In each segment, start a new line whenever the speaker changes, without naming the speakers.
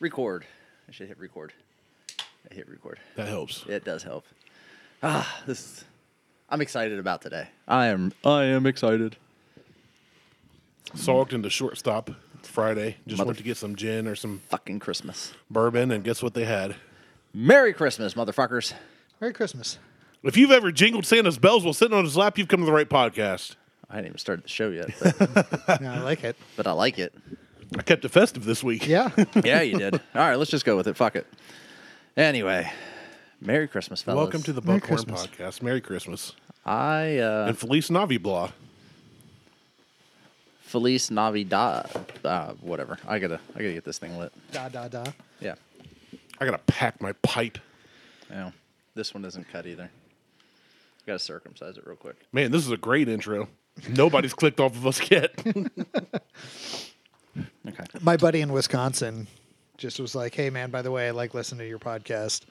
Record. I should hit record. I hit record.
That helps.
It does help. Ah, this. Is, I'm excited about today. I am. I am excited.
Sogged into shortstop Friday. Just
Mother-
went to get some gin or some
Fucking Christmas.
bourbon, and guess what they had?
Merry Christmas, motherfuckers.
Merry Christmas.
If you've ever jingled Santa's bells while sitting on his lap, you've come to the right podcast.
I hadn't even started the show yet, but,
Yeah, I like it.
but I like it.
I kept it festive this week.
Yeah.
Yeah, you did. All right, let's just go with it. Fuck it. Anyway, Merry Christmas, fellas.
Welcome to the
Merry
Buckhorn
Christmas.
Podcast. Merry Christmas
I uh,
and Felice Naviblah.
Felice Navidad. Uh, whatever. I gotta. I gotta get this thing lit.
da da da.
Yeah.
I gotta pack my pipe.
Yeah. This one isn't cut either. Got to circumcise it real quick.
Man, this is a great intro. Nobody's clicked off of us yet.
Okay.
My buddy in Wisconsin just was like, "Hey man, by the way, I like listening to your podcast."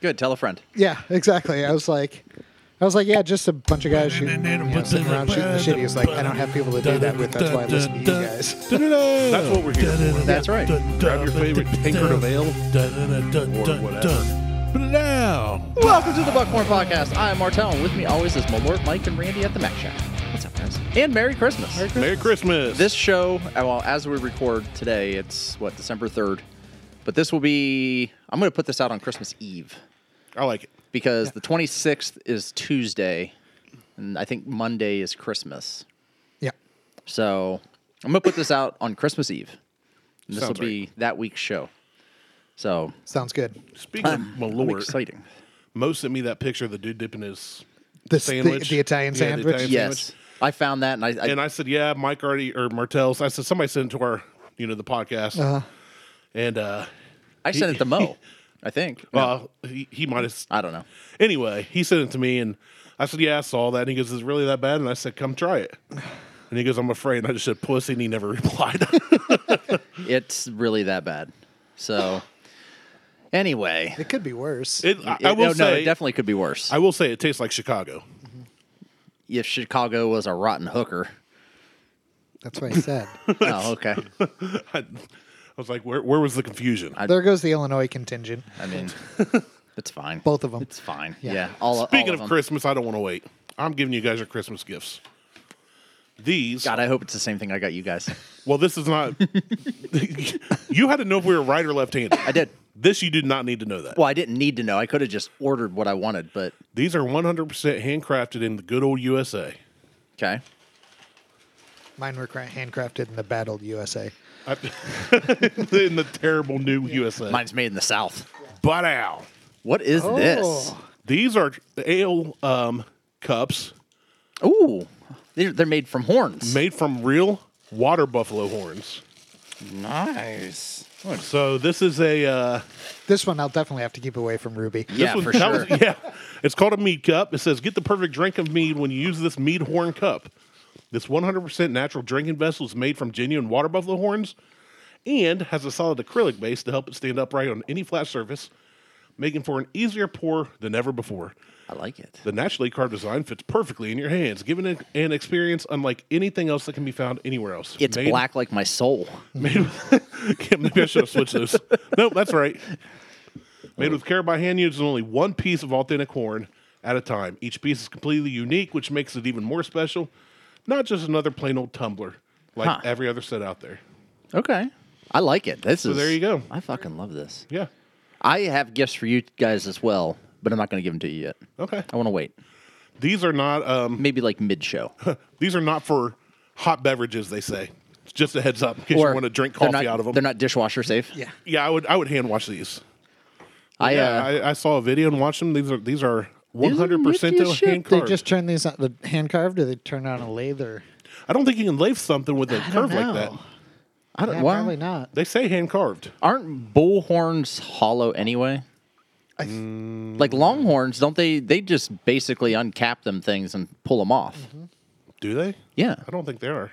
Good. Tell a friend.
Yeah, exactly. I was like, I was like, "Yeah, just a bunch of guys shooting, you know, sitting around shooting the shit." He was like, "I don't have people to do that with. That's why I listen to you guys."
That's what we're here for.
That's right.
Grab your favorite tankard of ale or whatever.
Put it down.
Welcome to the Buckhorn Podcast. I am Martel, and with me always is my Lord Mike and Randy at the Mac Shack. What's up, guys? And Merry Christmas.
Merry Christmas.
This show, uh, well, as we record today, it's what December third, but this will be. I'm going to put this out on Christmas Eve
I like it.
because the 26th is Tuesday, and I think Monday is Christmas.
yeah,
So I'm gonna put this out on Christmas Eve. And this will
Sounds
be that week's show. So
sounds good.
Speaking of my
I'm
lord,
exciting.
Mo sent me that picture of the dude dipping his
The s- the-
sandwich,
the Italian sandwich?
Italian
Yes, I found that, and I, I,
and I said, "Yeah, Mike already or Martell's." I said, "Somebody sent it to our, you know, the podcast."
Uh-huh.
And uh,
I sent it to Mo. I think. No,
well, he, he might have.
I don't know.
Anyway, he sent it to me, and I said, "Yeah, I saw that." And he goes, "Is it really that bad?" And I said, "Come try it." And he goes, "I'm afraid." And I just said, "Pussy," and he never replied.
It's really that bad. So anyway,
It could be worse.
it, I, I
it- no,
will
no,
say,
it definitely could be worse.
I will say, it tastes like Chicago.
if Chicago was a rotten hooker.
That's what I said.
oh, okay.
I, I was like, "Where, where was the confusion?"
there goes the Illinois contingent.
I mean, it's fine.
Both of them.
It's fine. Yeah.
Yeah.
all, all
Speaking of,
them.
Christmas, I don't want to wait. I'm giving you guys your Christmas gifts. These,
God, I hope it's the same thing I got you guys.
well, this is not. you had to know if we were right or left-handed.
I did.
This you did not need to know that.
Well, I didn't need to know. I could have just ordered what I wanted, but
These are 100% handcrafted in the good old USA.
okay.
Mine were cra- handcrafted in the battled USA.
I- in the terrible new USA.
Mine's made in the South.
But ow.
What is this?
Oh.
These are the ale um, cups
Ooh, they're, they're made from horns.
made from real water buffalo horns.
nice.
So this is a uh,
This one I'll definitely have to keep away from Ruby.
Yeah,
This
for
that
sure.
was- yeah, it's called a mead cup. It says, "Get the perfect drink of mead when you use this mead horn cup. This 100% natural drinking vessel is made from genuine water buffalo horns, and has a solid acrylic base to help it stand upright on any flat surface, making for an easier pour than ever before.
I like it.
The naturally carved design fits perfectly in your hands, giving it an experience unlike anything else that can be found anywhere else.
It's
Made-
black like my soul.
Made with, Yeah, maybe I should have switched those. nope, that's right. Made with care by hand, using only one piece of authentic horn at a time. Each piece is completely unique, which makes it even more special. Not just another plain old tumbler like
Huh.
every other set out there.
Okay. I like it. This is.
there you go.
I fucking love this.
Yeah.
I have gifts for you guys as well, but I'm not going to give them to you yet.
Okay.
I want to wait.
These are not um,
Maybe like mid show.
these are not for hot beverages. They say. It's just a heads up in case you want to drink coffee out of them.
They're not dishwasher safe.
Yeah.
yeah, I would. I would hand wash these.
I,
Yeah,
uh,
I, I saw a video and watched them. These are these are one
These are
hundred percent
nifty as shit.
hand
They
carved.
just turn these on the hand carved, or they turn on a lather.
I don't think you can lathe something with a curve
don't
like that.
know.
I don't.
Yeah,
well,
probably not.
They say hand carved.
Aren't bull horns hollow anyway?
Mm.
like longhorns, don't they? They just basically uncap them things and pull them off.
Mm-hmm.
Do they?
Yeah,
I don't think they are.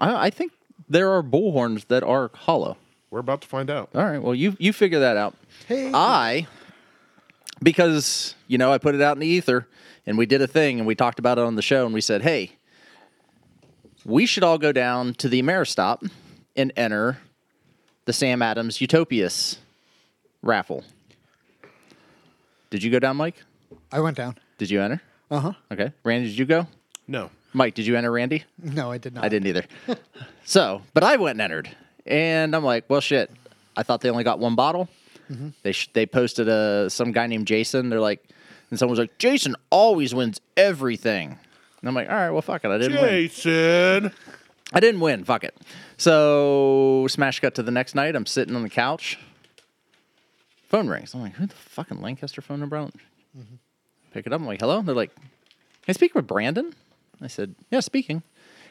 I, I think there are bull horns that are hollow.
We're about to find out.
All right, well you you figure that out.
Hey.
I because you know I put it out in the ether and we did a thing and we talked about it on the show and we said, hey, we should all go down to the Ameristop and enter the Sam Adams Utopias raffle. Did you go down, Mike?
I went down.
Did you enter?
Uh
Uh-huh.
huh.
Okay. Randy, did you go?
No.
Mike, did you enter Randy?
No, I did not.
I didn't either. so, but I went and entered, and I'm like, well, shit. I thought they only got one bottle. They sh- they posted a some guy named Jason. They're like, and someone's like, Jason always wins everything. And I'm like, all right, well, fuck it. I didn't win.
Jason.
I didn't win. Fuck it. So smash cut to the next night. I'm sitting on the couch. Phone rings. I'm like, who the fucking Lancaster phone number? I don't- Pick it up. I'm like, hello. They're like, can I speak with Brandon? I said, yeah, speaking.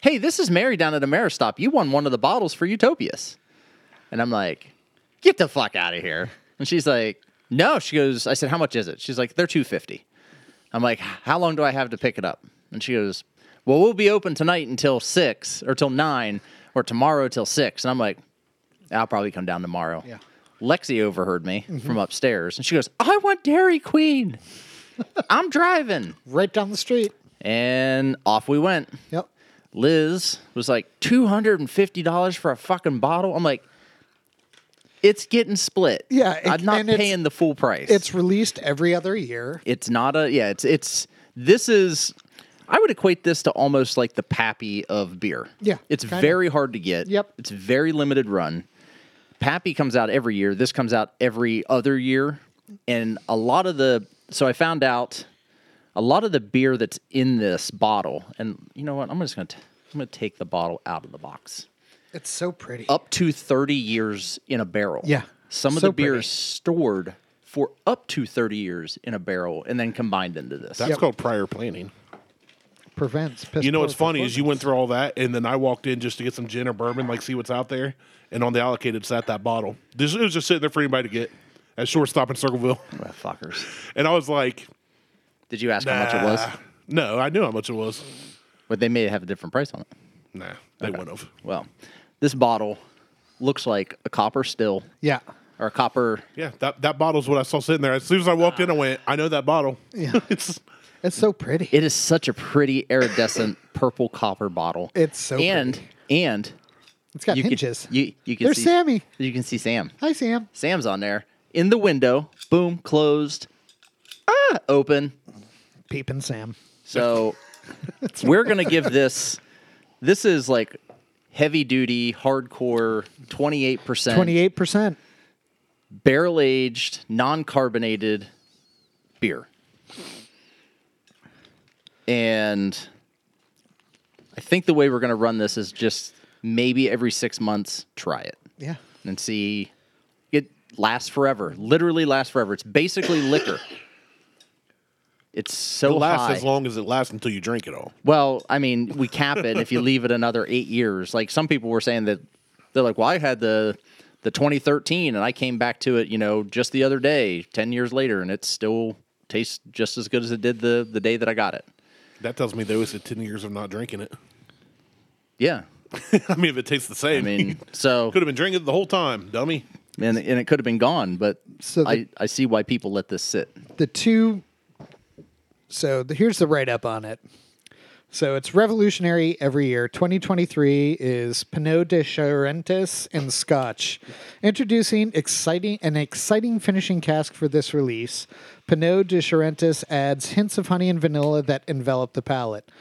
Hey, this is Mary down at Ameristop. You won one of the bottles for Utopias. And I'm like, get the fuck out of here. And she's like, no. She goes, I said, how much is it? She's like, they're 250. I'm like, how long do I have to pick it up? And she goes, well, we'll be open tonight until six or till nine or tomorrow till six. And I'm like, I'll probably come down tomorrow.
Yeah. Mm-hmm.
Lexi overheard me from upstairs and she goes, I want Dairy Queen. I'm driving.
Right down the street.
And off we went.
Yep.
Liz was like, $250 for a fucking bottle. I'm like, it's getting split.
Yeah, it-
I'm not
and it's-
paying the full price.
It's released every other year.
It's not a yeah. It's it's this is. I would equate this to almost like the Pappy of beer.
Yeah,
it's
kinda.
very hard to get.
Yep.
it's very limited run. Pappy comes out every year. This comes out every other year, and a lot of the so I found out a lot of the beer that's in this bottle. And you know what? I'm just gonna t- I'm gonna take the bottle out of the box
It's so pretty.
up to 30 years in a barrel.
Yeah.
Some of
So
the beer
pretty.
is stored for up to 30 years in a barrel and then combined into this.
That's called prior planning.
Prevents. piss
You know what's
poor
funny is you went through all that, and then I walked in just to get some gin or bourbon, like see what's out there, and on the allocated sat that bottle. This it was just sitting there for anybody to get at shortstop in Circleville,
Ah, fuckers.
and I was like,
Did you ask how much it was?
"Ah." No, I knew how much it was.
But they may have a different price on it.
Nah, they wouldn't have.
Well, this bottle looks like a copper still
Yeah.
or a copper.
Yeah, that that bottle's what I saw sitting there. As soon as I walked in, I went, I know that bottle.
Yeah.
it's
It's so pretty.
It is such a pretty iridescent purple copper bottle.
It's so
and and
it's got
you
hinges.
Can, you you can
There's
see
Sammy.
You can see Sam.
Hi, Sam.
Sam's on there in the window. Boom, closed. Ah, open.
Peeping Sam.
So we're gonna give this. This is like heavy duty, hardcore, twenty eight percent,
28%.
barrel aged, non carbonated beer, and I think the way we're gonna run this is just maybe every six months try it
Yeah.
and see it lasts forever. Literally lasts forever. It's basically liquor. It's so
it lasts
high.
as long as it lasts until you drink it all.
Well, I mean, we cap it. if you leave it another eight years, like some people were saying that they're like, "Well, I had the the 2013, and I came back to it, you know, just the other day, ten years later, and it still tastes just as good as it did the the day that I got it."
That tells me they wasted ten years of not drinking it.
Yeah,
I mean, if it tastes the same,
I mean, so
could have been drinking it the whole time, dummy.
and and it could have been gone, but
So the-
I I see why people let this sit.
the two so the, here's the write-up on it so it's revolutionary every year 2023 is pinot de charentes and scotch introducing exciting an exciting finishing cask for this release pinot de charentes adds hints of honey and vanilla that envelop the palate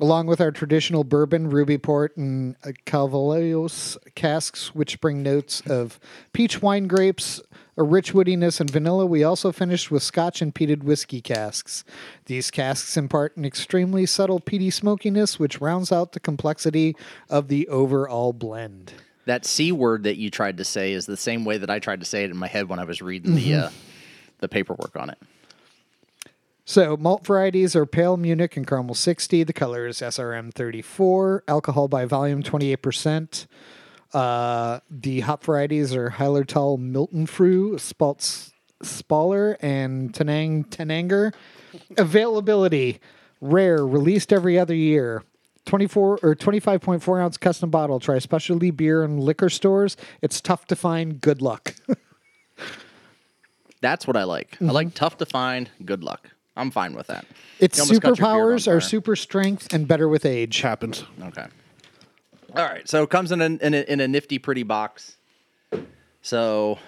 along with our traditional bourbon, ruby port, and uh, Calvados casks, which bring notes of peach wine grapes, a rich woodiness, and vanilla. We also finished with scotch and peated whiskey casks. These casks impart an extremely subtle peaty smokiness, which rounds out the complexity of the overall blend.
That c word that you tried to say is the same way that I tried to say it in my head when I was reading the
Mm-hmm.
uh, the paperwork on it.
So, malt varieties are Pale Munich and Caramel 60. The color is SRM 34. Alcohol by volume 28%. Uh, the hop varieties are Heilertal Milton Frew, Spaltz Spaller, and Tenang Tenanger. Availability rare, released every other year. 24 or 25.4 ounce custom bottle. Try specialty beer and liquor stores. It's tough to find. Good luck.
That's what I like. I like tough to find. Good luck. I'm fine with that.
Mm-hmm. Its
You almost caught your beard on
superpowers
fire.
are super strength and better with age.
Happens.
Okay. All right. So it comes in a, in a, in a nifty, pretty box. So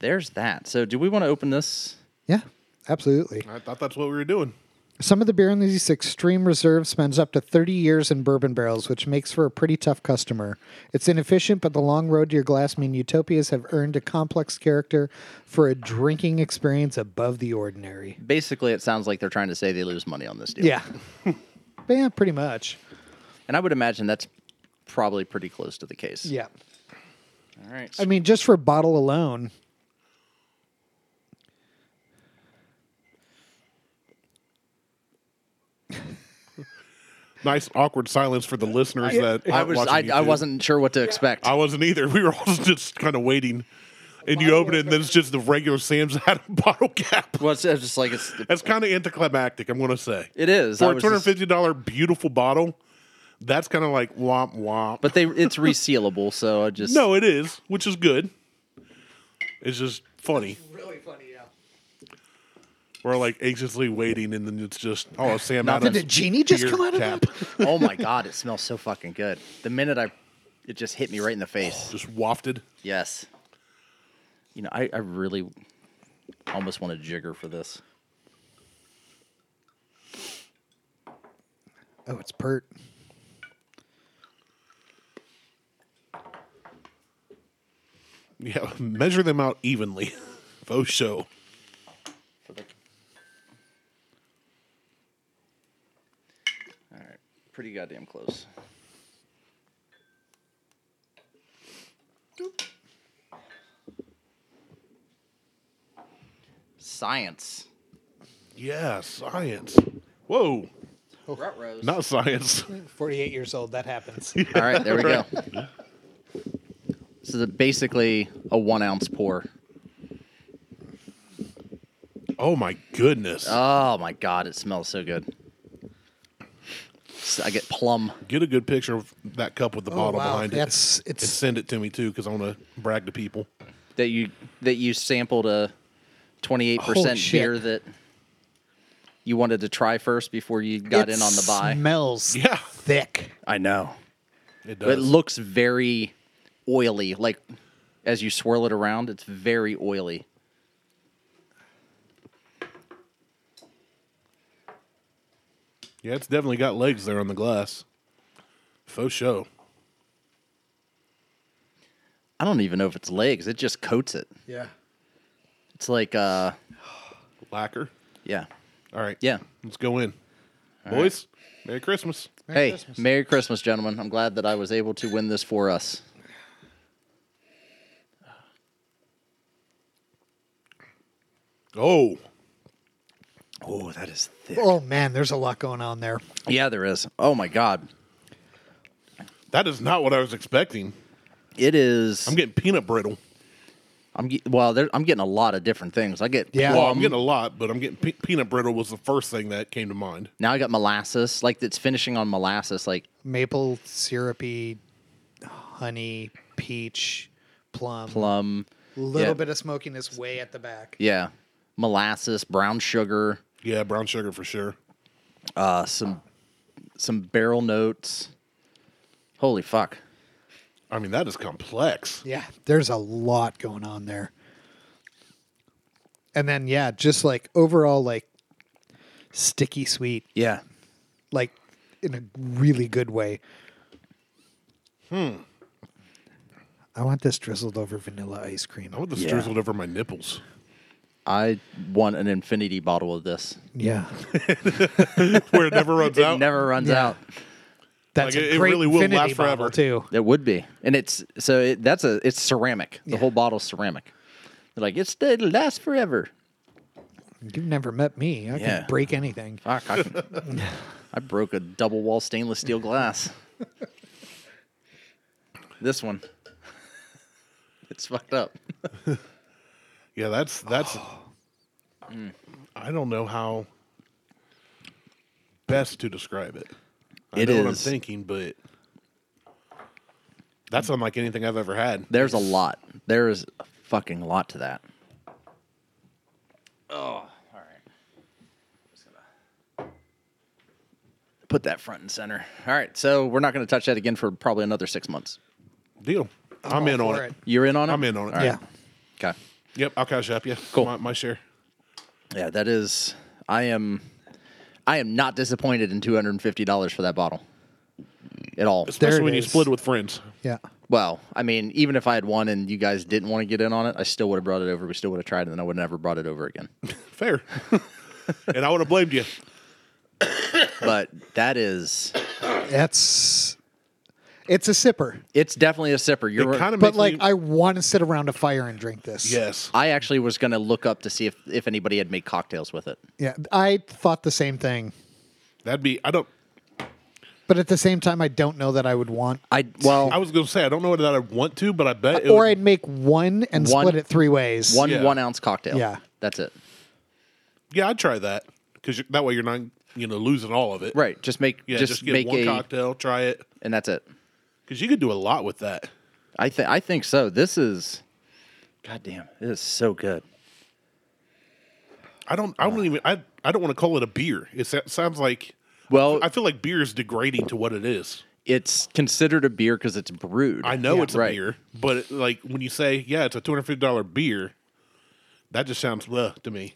there's that. So do we want to open this?
Yeah, absolutely.
I thought that's what we were doing.
Some of the beer in these extreme reserve spends up to 30 years in bourbon barrels, which makes for a pretty tough customer. It's inefficient, but the long road to your glass mean utopias have earned a complex character for a drinking experience above the ordinary.
Basically, it sounds like they're trying to say they lose money on this deal.
Yeah. but yeah, pretty much.
And I would imagine that's probably pretty close to the case.
Yeah.
All right.
I mean, just for bottle alone.
Nice awkward silence for the listeners that
I
aren't
was I,
watching
I
YouTube.
wasn't sure what to expect.
I wasn't either. We were all just kind of waiting, and you open it, and then it's just the regular Sam's out of bottle cap.
Well, it's, it's just like it's
That's kind of anticlimactic, I'm going to say.
it is. I
for a
was
two hundred
just-
fifty dollar beautiful bottle, that's kind of like womp womp.
but they it's resealable, so I just
no, it is, which is good. It's just funny.
Really funny, yeah.
We're like anxiously waiting, and then it's just oh, Sam out
Nothing.
of
Did a genie just
beer
come out of
cap.
that?
Oh my god, it smells so fucking good. The minute I, it just hit me right in the face.
Just wafted.
Yes. You know, I, I really almost want a jigger for this.
Oh, it's pert.
Yeah, measure them out evenly. Faux show.
All right, pretty goddamn close. Science.
Yeah, science. Whoa,
Rutrose.
not science.
48 years old, that happens.
All right, there we go. This is a, basically a one ounce pour.
Oh my goodness.
Uh,
Oh my god, it smells so good. So I get plum.
Get a good picture of that cup with the bottle
Oh, wow,
behind
that's-
it.
it's-
and send it to me too, because I want to brag to people.
that you that you sampled a 28%
Holy
beer
shit.
that you wanted to try first before you got in on the buy.
smells
Yeah,
thick.
I know.
it
But it
does.
looks very oily like as you swirl it around, it's very oily.
yeah, it's definitely got legs there on the glass. Faux show.
I don't even know if it's legs. It just coats it.
Yeah.
It's like uh
Lacquer.
yeah.
All right.
Yeah.
Let's go in. Boys, Merry Christmas.
hey, Merry Christmas, gentlemen. I'm glad that I was able to win this for us.
Oh,
Oh, that is thick.
Oh, man, there's a lot going on there.
Yeah, there is. Oh my god.
that is not what I was expecting.
It is
I'm getting peanut brittle.
I'm ge- well, there, I'm getting a lot of different things. I get
Yeah.
plum.
Well, I'm getting a lot, but I'm getting pe- peanut brittle was the first thing that came to mind.
Now I got molasses. Like it's finishing on molasses. Like
Maple, syrupy, honey, peach, plum.
plum.
Little
Yeah.
bit of smokiness way at the back.
Yeah, molasses, brown sugar,
Yeah, brown sugar for sure.
uh, some some barrel notes. Holy fuck!
I mean, that is complex.
Yeah, there's a lot going on there. And then yeah, just like overall like sticky sweet,
Yeah,
like in a really good way. Hmm. I want this drizzled over vanilla ice cream.
I want this
Yeah.
drizzled over my nipples.
I want an infinity bottle of this.
Yeah.
Where it never runs
It
out.
never runs out.
That's
Like,
a
it- it
great
really will
infinity
last forever.
bottle, too.
It would be, and it's so it, that's a it's ceramic. The whole bottle's ceramic. They're like it's it'll last forever.
You've never met me. I
Yeah.
can break anything.
Fuck! I, can- I broke a double wall stainless steel glass. this one, it's fucked up.
Yeah, that's that's. I don't know how best to describe it. I
It
know what I'm
is.
thinking, but that's unlike anything I've ever had.
There's a lot. There is a fucking lot to that. Oh, all right. Just gonna Put that front and center. All right, so we're not going to touch that again for probably another six months.
Deal. I'm, in
all
on
for
it.
it.
You're in on it.
I'm in on it.
All right.
Yeah.
Okay.
Yep, I'll cash up you.
Cool.
My, my share.
Yeah, that is. I am. I am not disappointed in two hundred and fifty dollars for that bottle. At all.
Especially
it
when
is.
you split it with friends.
Yeah.
Well, I mean, even if I had won and you guys didn't want to get in on it, I still would have brought it over. We still would have tried it, and then I would have never brought it over again.
Fair. and I would have blamed you.
but that is.
That's it's a sipper.
It's definitely a sipper. You're
It kind of
But
makes
like
me-
I want to sit around a fire and drink this.
yes.
I actually was going to look up to see if, if anybody had made cocktails with it.
Yeah. I thought the same thing.
That'd be. I don't.
But at the same time I don't know that I would want
I well,
I was gonna say I don't know whether I'd want to, but I bet. It
or
would-
I'd make one and
One-
split it three ways.
one
yeah.
one ounce cocktail.
Yeah.
that's it.
yeah, I'd try that because that way you're not you know losing all of it.
Right. Just make
Yeah,
just,
just, get
make
one
a
cocktail, try it,
and that's it.
because you could do a lot with that.
I think I think so. This is, goddamn, it is so good.
I don't. I don't even. I. I don't want to call it a beer. It sa- sounds like.
Well,
I feel like beer is degrading to what it is.
it's considered a beer because it's brewed.
I know
Yeah.
it's a
Right.
beer, but it, like when you say, "Yeah, it's a two hundred fifty dollar beer," that just sounds bleh to me.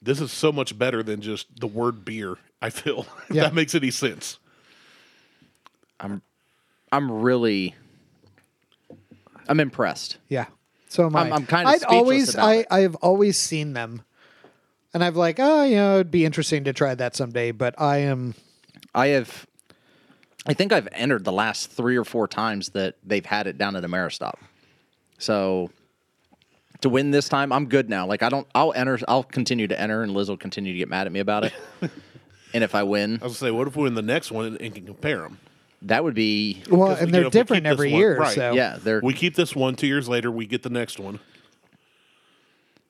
This is so much better than just the word beer. I feel if
Yeah.
that makes any sense.
I'm really, I'm impressed.
Yeah. So am I.
I'm- I'm kinda
I'd always
speechless about
I
it.
I have always seen them, and I've like oh you know it'd be interesting to try that someday. But I am
I have, I think I've entered the last three or four times that they've had it down at Ameristop. So to win this time, I'm good now. Like I don't, I'll enter, I'll continue to enter, and Liz will continue to get mad at me about it. and if I win,
I was gonna say, what if we're in the next one and, and can compare them?
that would be
well,
Because,
and
you
they're
know, if we keep
different
this
every
one-
year.
right.
So
yeah. They're
We keep this one. Two years later, we get the next one.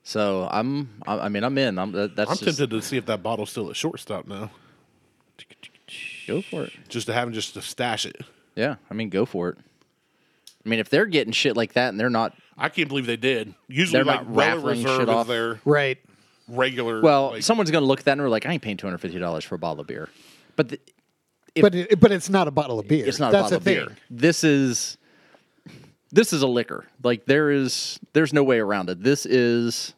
so I'm. I I mean, I'm in. I'm. that- That's
I'm
just,
tempted to see if that bottle's still at shortstop now,
Go for it.
just to have 'em just to stash it.
Yeah, I mean, go for it. I mean, if they're getting shit like that and they're not,
I can't believe they did. Usually,
They're
like
not
Weller
raffling
Reserve
shit
is
off.
their
right.
regular.
well,
like-
someone's going to look at that and we're like, I ain't paying two hundred fifty dollars for a bottle of beer. But th-
but it, but it's not a bottle of beer.
it's not
That's
a bottle
the
of beer.
thing.
This is this is a liquor. Like there is, there's no way around it. This is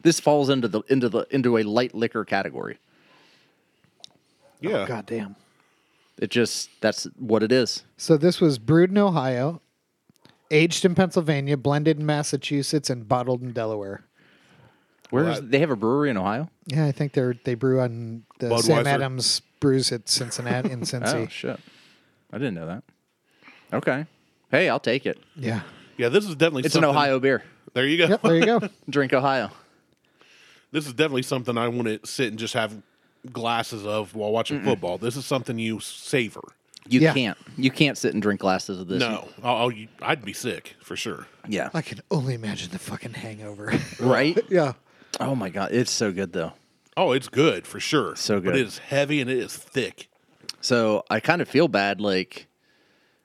this falls into the into the into a light liquor category. oh,
yeah,
God damn.
It just that's what it is.
So this was brewed in Ohio, aged in Pennsylvania, blended in Massachusetts, and bottled in Delaware.
Where's
that-
they have a brewery in Ohio?
Yeah, I think they're they brew on the Sam
Budweiser.
Adams brews at Cincinnati in
Oh
Cincy.
shit, I didn't know that. Okay, hey, I'll take it.
Yeah.
yeah. This is definitely
It's
something-
an Ohio beer.
There you go.
Yep, there you go.
Drink Ohio.
this is definitely something I want to sit and just have glasses of while watching football. This is something you savor.
You
Yeah.
can't. You can't sit and drink glasses of this.
No, oh, you- I'd be sick for sure.
Yeah.
I can only imagine the fucking hangover.
Right?
yeah.
Oh my god, it's so good though.
Oh, it's good for sure.
So
but
good.
it is heavy and it is thick.
So I kind of feel bad. Like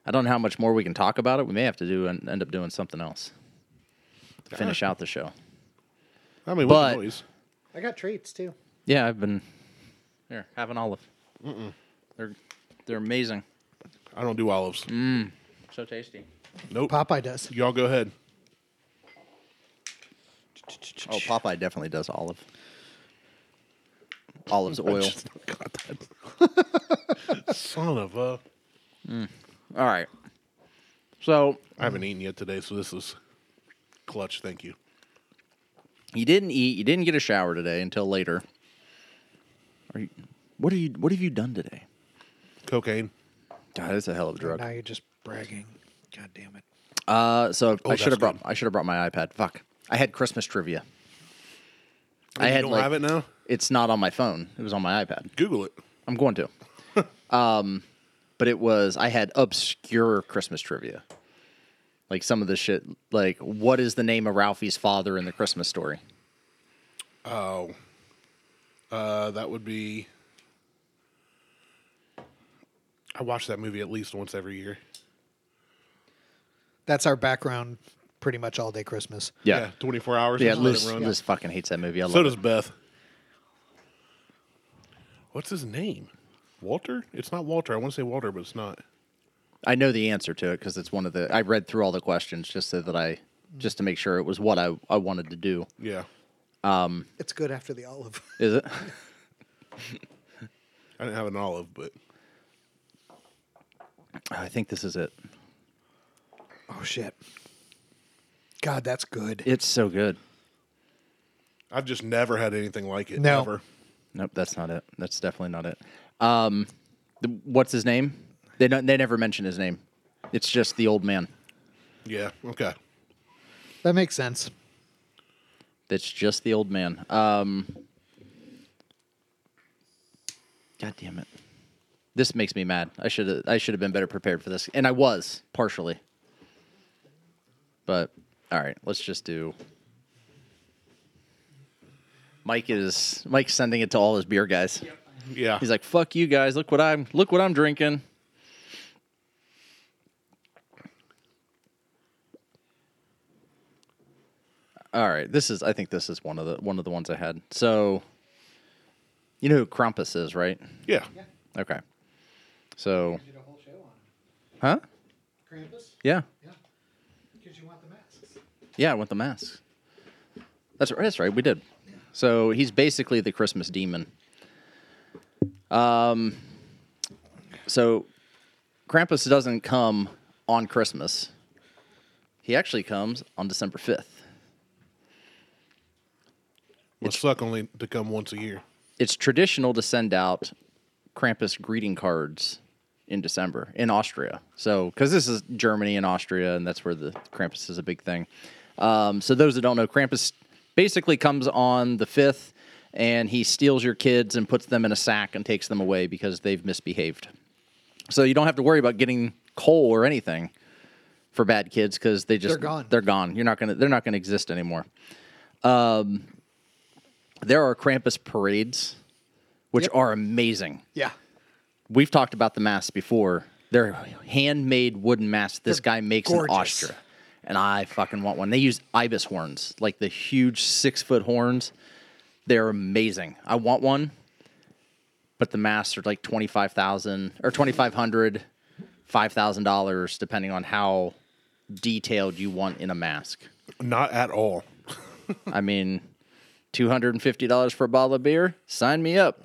I don't know how much more we can talk about it. We may have to do and end up doing something else to finish out the show.
I mean,
But-
what noise?
I got treats too.
Yeah, I've been here. Have an olive. They're they're amazing.
I don't do olives.
Mm. So tasty.
Nope.
Popeye does.
Y'all go ahead.
Oh, Popeye definitely does olive. Olive's oil.
Just got that. Son of a.
All right. So
I haven't eaten yet today, so this is clutch. Thank you.
You didn't eat. You didn't get a shower today until later. Are you? What are you? What have you done today?
Cocaine.
God, that's a hell of a drug.
Now you're just bragging. God damn it.
Uh, so I
Oh, that's
should have brought.
good.
I should have brought my iPad. Fuck. I had Christmas trivia. I
you
had
don't
like-
have it now.
It's not on my phone. It was on my iPad.
Google it.
I'm going to. um, but it was I had obscure Christmas trivia, like some of the shit. Like, what is the name of Ralphie's father in the Christmas story?
Uh, that would be. I watch that movie at least once every year.
That's our background pretty much all day Christmas.
Yeah, yeah.
24 hours.
yeah
just let it
Liz,
run.
Liz fucking hates that movie. I love
So
it.
does Beth. What's his name? Walter? It's not Walter. I want to say Walter, but it's not.
I know the answer to it because it's one of the. I read through all the questions just so that I just to make sure it was what I, I wanted to do.
Yeah.
It's good after the olive.
Is it?
I didn't have an olive, but
I think this is it.
Oh shit. God, that's good.
It's so good.
I've just never had anything like it.
No.
Never.
Nope, that's not it. That's definitely not it. Um, the, what's his name? They don't, they never mention his name. It's just the old man.
Yeah. Okay.
That makes sense.
That's just the old man. Um, God damn it! This makes me mad. I should I should have been better prepared for this, and I was partially. But all right, let's just do. Mike is Mike's sending it to all his beer guys.
Yeah.
He's like, "Fuck you guys! Look what I'm look what I'm drinking." All right, this is I think this is one of the one of the ones I had. So, you know who Krampus is, right?
yeah.
Okay. So, huh? Yeah, yeah. I want the mask. That's right. That's right. We did. So he's basically the Christmas demon. Um, so Krampus doesn't come on Christmas. He actually comes on December fifth.
Must suck only to come once a year.
It's traditional to send out Krampus greeting cards in December in Austria. So, because this is Germany and Austria, and that's where the Krampus is a big thing. Um, so, those that don't know, Krampus basically comes on the 5th and he steals your kids and puts them in a sack and takes them away because they've misbehaved. So, you don't have to worry about getting coal or anything for bad kids because they just
They're gone.
They're gone. You're not gonna. They're not gonna exist anymore. Um, there are Krampus parades, which
Yep.
are amazing
Yeah.
we've talked about the masks before. They're handmade wooden masks this guy makes
gorgeous.
in Austria. And I fucking want one. They use ibis horns, like the huge six foot horns. They're amazing. I want one, but the masks are like 25000 or 2500 $5,000, depending on how detailed you want in a mask.
Not at all.
I mean, two hundred and fifty dollars for a bottle of beer. Sign me up.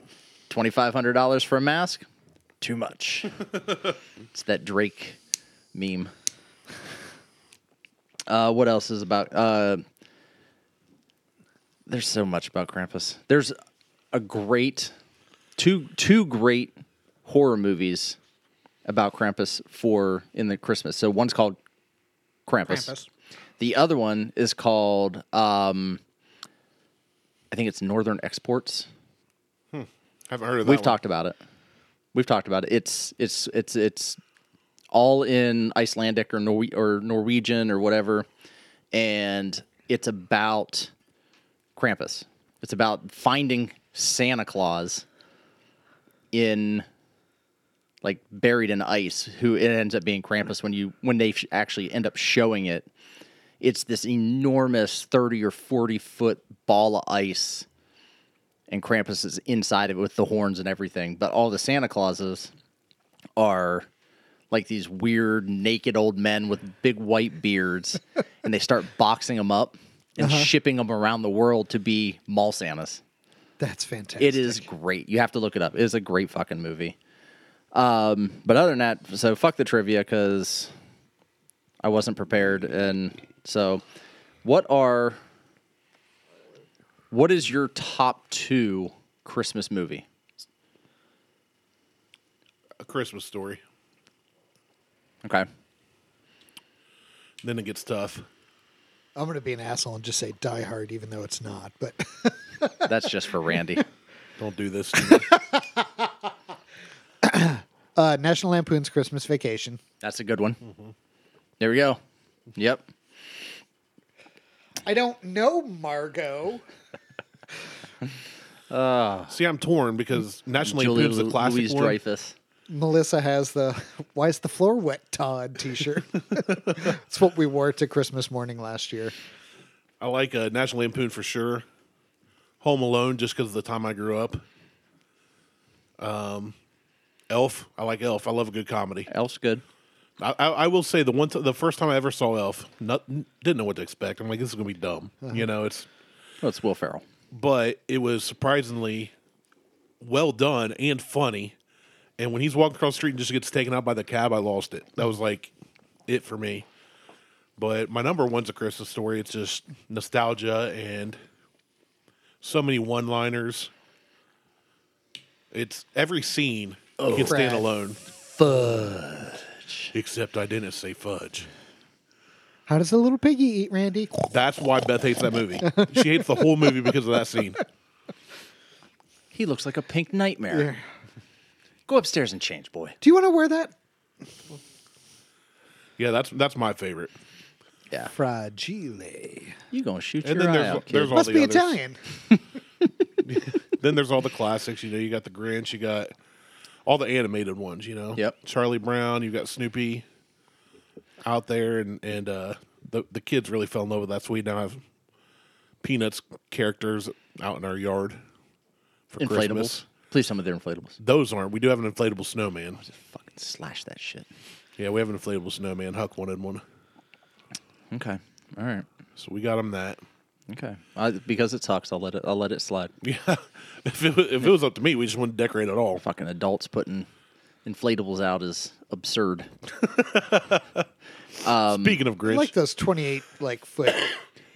Twenty five hundred dollars for a mask. Too much. it's that Drake meme. Uh, what else is about? Uh, there's so much about Krampus. There's a great two two great horror movies about Krampus for in the Christmas. So one's called Krampus.
Krampus.
The other one is called um, I think it's Northern Exports.
Haven't heard of that.
We've
one.
talked about it. We've talked about it. It's it's it's it's all in Icelandic or Norwe- or Norwegian or whatever, and it's about Krampus. It's about finding Santa Claus in like buried in ice. Who it ends up being Krampus when you when they sh- actually end up showing it. It's this enormous thirty or forty foot ball of ice and Krampus is inside of it with the horns and everything. But all the Santa Clauses are like these weird naked old men with big white beards, and they start boxing them up and shipping them around the world to be mall Santas.
That's fantastic.
It is great. You have to look it up. It is a great fucking movie. Um, but other than that, so fuck the trivia because I wasn't prepared. And so, what are what is your top two Christmas movie?
a Christmas story.
Okay,
Then it gets tough.
I'm going to be an asshole and just say Die Hard, even though it's not. But
that's just for Randy.
Don't do this. to me.
uh, National Lampoon's Christmas Vacation.
That's a good one. There we go. Yep.
I don't know Margot.
See, I'm torn because National
Julia
Lampoon's the classic
Louise
one.
Dreyfus.
Melissa has the "Why is the floor wet?" Todd T-shirt. it's what we wore to Christmas morning last year.
I like uh, National Lampoon for sure. Home Alone, just because of the time I grew up. Um, Elf, I like Elf. I love a good comedy.
Elf's good.
I, I, I will say the one t- the first time I ever saw Elf, not, didn't know what to expect. I'm like, this is gonna be dumb. You know, it's
Oh, it's Will Ferrell.
but it was surprisingly well done and funny. And when he's walking across the street and just gets taken out by the cab, I lost it. That was like it for me. But my number one's a Christmas story. It's just nostalgia and so many one liners. It's every scene can stand
Right.
alone. Fudge. Except I didn't say fudge.
How does a little piggy eat, Randy?
That's why Beth hates that movie. she hates the whole movie because of that scene.
He looks like a pink nightmare. Go upstairs and change, boy.
Do you want to wear that?
Yeah, that's that's my favorite.
Yeah.
Fragile.
You gonna shoot
And
your
then
eye
there's
out, kid.
there's all
Must
the
be
others.
Italian.
Then there's all the classics. You know, you got the Grinch, you got all the animated ones. You know,
Yep.
Charlie Brown. You got Snoopy out there, and and uh, the the kids really fell in love with that. So we now have Peanuts characters out in our yard for
inflatables.
Christmas.
Please tell me they're inflatables.
Those aren't. We do have an inflatable snowman.
Fucking slash that shit.
Yeah, we have an inflatable snowman. Huck wanted one,
Okay. All right.
so we got him that.
Okay. I, because it sucks, I'll let it. I'll let it slide.
Yeah, if it, wa- if it was up to me, we just wouldn't decorate at all.
Fucking adults putting inflatables out is absurd. Um,
Speaking of Grinch,
I like those 28 like foot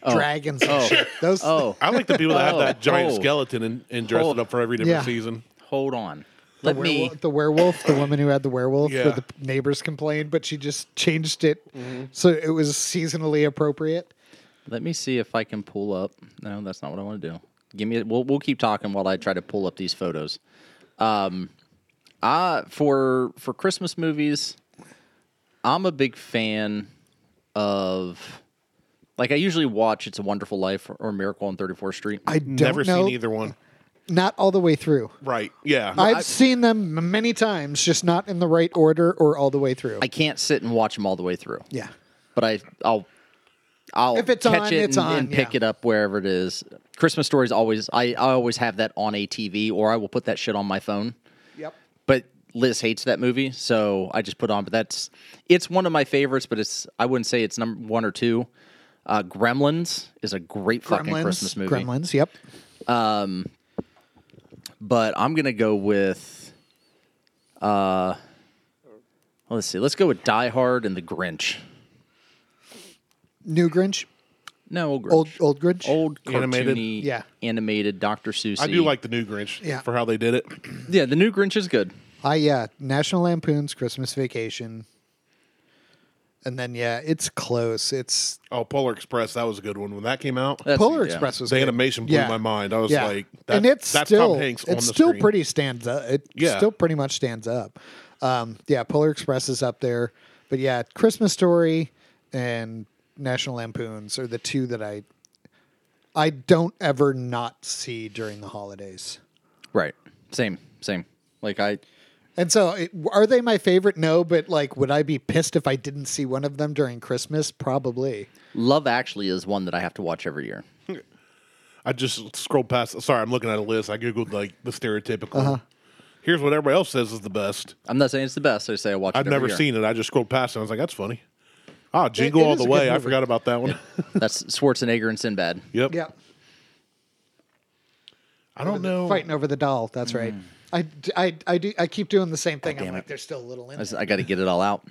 dragons and shit. Those
Oh,
I like the people that have
Oh,
that giant
hold.
skeleton and, and dress
Hold.
it up for every different
Yeah.
season.
hold on.
the,
Let me.
werewolf, the werewolf, the woman who had the werewolf,
Yeah.
where the neighbors complained, but she just changed it
Mm-hmm.
so it was seasonally appropriate.
Let me see if I can pull up. No, that's not what I want to do. Give me. We'll we'll keep talking while I try to pull up these photos. Um, I for for Christmas movies, I'm a big fan of. Like I usually watch "It's a Wonderful Life" or "Miracle on 34th Street."
I don't
Never
know,
seen either one.
not all the way through.
Right. Yeah.
I've seen them m- many times, just not in the right order or all the way through.
I can't sit and watch them all the way through.
yeah,
but I I'll I'll
If it's
catch
on,
it
it's
and,
on,
and pick
yeah.
it up wherever it is. Christmas stories always I, I always have that on a TV or I will put that shit on my phone.
yep.
But Liz hates that movie, so I just put on. But that's it's one of my favorites, but it's I wouldn't say it's number one or two. Uh, Gremlins is a great fucking
Gremlins,
Christmas movie.
Gremlins. Yep.
But I'm gonna go with uh let's see, let's go with Die Hard and the Grinch.
New Grinch,
No, old Grinch.
old old Grinch.
old cartoony,
Animated?
Yeah.
animated Dr. Seuss.
I do like the new Grinch
Yeah.
for how they did it.
Yeah, the new Grinch is good.
I yeah, National Lampoon's Christmas Vacation. And then yeah, it's close. It's
Oh, Polar Express, that was a good one. When that came out,
That's-
Polar
yeah.
Express was
the
good.
animation blew
Yeah.
my mind. I was
yeah,
like, that,
and it's
that's
still
Tom Hanks on
it's
the
still
screen.
pretty stands up. It
Yeah.
still pretty much stands up. Um, yeah, Polar Express is up there, but yeah, Christmas Story and National Lampoon's are the two that I I don't ever not see during the holidays.
Right. Same. Same. Like I
And so, it, are they my favorite? No, but like, would I be pissed if I didn't see one of them during Christmas? Probably.
Love Actually is one that I have to watch every year.
I just scrolled past. Sorry, I'm looking at a list. I googled like the stereotypical.
Uh-huh.
Here's what everybody else says is the best.
I'm not saying it's the best. I say I watch. It
I've
every
never
year.
seen it. I just scrolled past it. I was like, that's funny. Ah, Jingle
it
All
is
the
a good
Way. I
movie.
forgot about that one.
That's Schwarzenegger and Sinbad.
yep.
Yeah.
I don't know.
Fighting over the doll. That's right. I, I, I, do, I keep doing the same thing. I'm
Mm. damn
like,
it.
there's still a little in
I,
it.
just- I got to get it all out.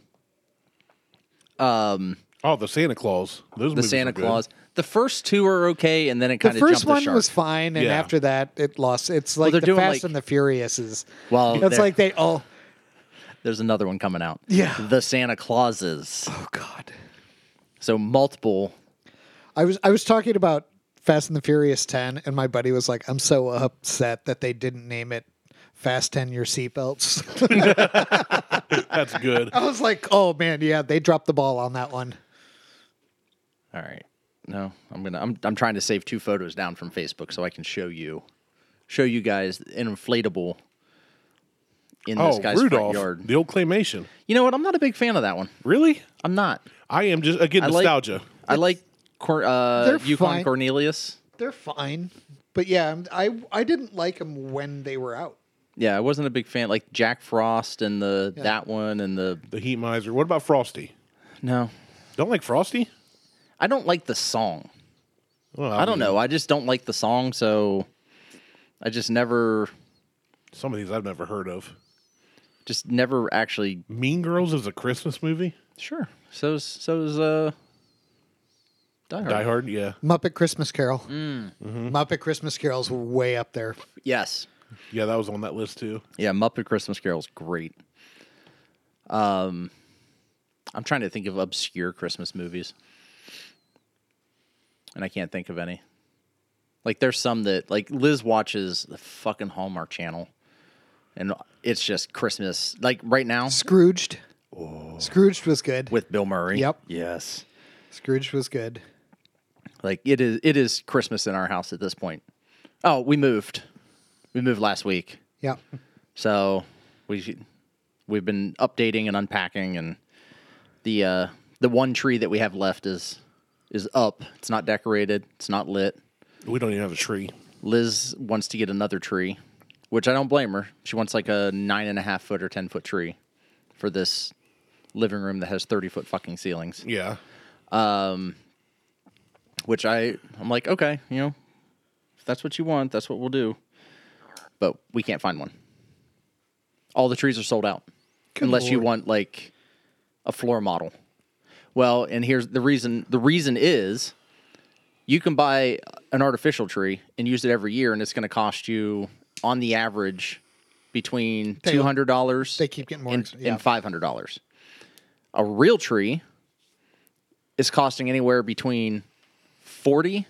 Oh, the Santa Claus. Those
The Santa Claus. The first two are okay, and then it
The
kind of
first
jumped the
one
shark.
was fine, and
Yeah.
after that, it lost. It's like
they're
the
doing,
Fast
like-
and the Furious is.
Well,
it's
they're-
like they all.
There's another one coming out.
Yeah.
The Santa Clauses.
Oh God.
So multiple.
I was I was talking about Fast and the Furious Ten, and my buddy was like, "I'm so upset that they didn't name it Fast Ten Your Seatbelts."
That's good.
I was like, "Oh man, yeah, they dropped the ball on that one."
All right. No, I'm gonna. I'm. I'm trying to save two photos down from Facebook so I can show you, show you guys an inflatable in this
Oh,
guy's front
Rudolph.
yard.
The old claymation.
You know what? I'm not a big fan of that one.
Really?
I'm not.
I am just again
I like-
nostalgia.
I like Cor- uh,
They're
Yukon
fine.
Cornelius.
They're fine, but yeah, I'm- I I didn't like them when they were out.
Yeah, I wasn't a big fan. Like Jack Frost and the
Yeah.
that one and the
The Heat Miser. What about Frosty?
no,
Don't like Frosty?
I don't like the song.
Well,
I don't know. I just don't like the song, so I just never,
Some of these I've never heard of.
just never actually.
Mean Girls is a Christmas movie.
Sure. So's so's uh. Die Hard.
Die Hard, yeah.
Muppet Christmas Carol.
Mm.
Muppet Christmas Carol's way up there.
Yes.
Yeah, that was on that list too.
Yeah, Muppet Christmas Carol's great. Um, I'm trying to think of obscure Christmas movies, and I can't think of any. Like, there's some that like Liz watches the fucking Hallmark Channel, and it's just Christmas. Like right now
Scrooged. Scrooged was good.
with Bill Murray.
Yep.
Yes.
Scrooged was good.
Like it is. It is Christmas in our house at this point. Oh, we moved. We moved last week.
Yeah.
So we we've been updating and unpacking, and the uh, the one tree that we have left is is up. It's not decorated. It's not lit.
We don't even have a tree.
Liz wants to get another tree, which I don't blame her. She wants like a nine and a half foot or ten foot tree for this living room that has thirty foot fucking ceilings.
Yeah.
Which I I'm like, okay, you know, if that's what you want, that's what we'll do. But we can't find one. All the trees are sold out. unless you
lord.
want like a floor model. Well, and here's the reason the reason is you can buy an artificial tree and use it every year and it's going to cost you on the average between
They-
$200
they keep getting more
and,
ex- yeah.
and $500. A real tree is costing anywhere between 40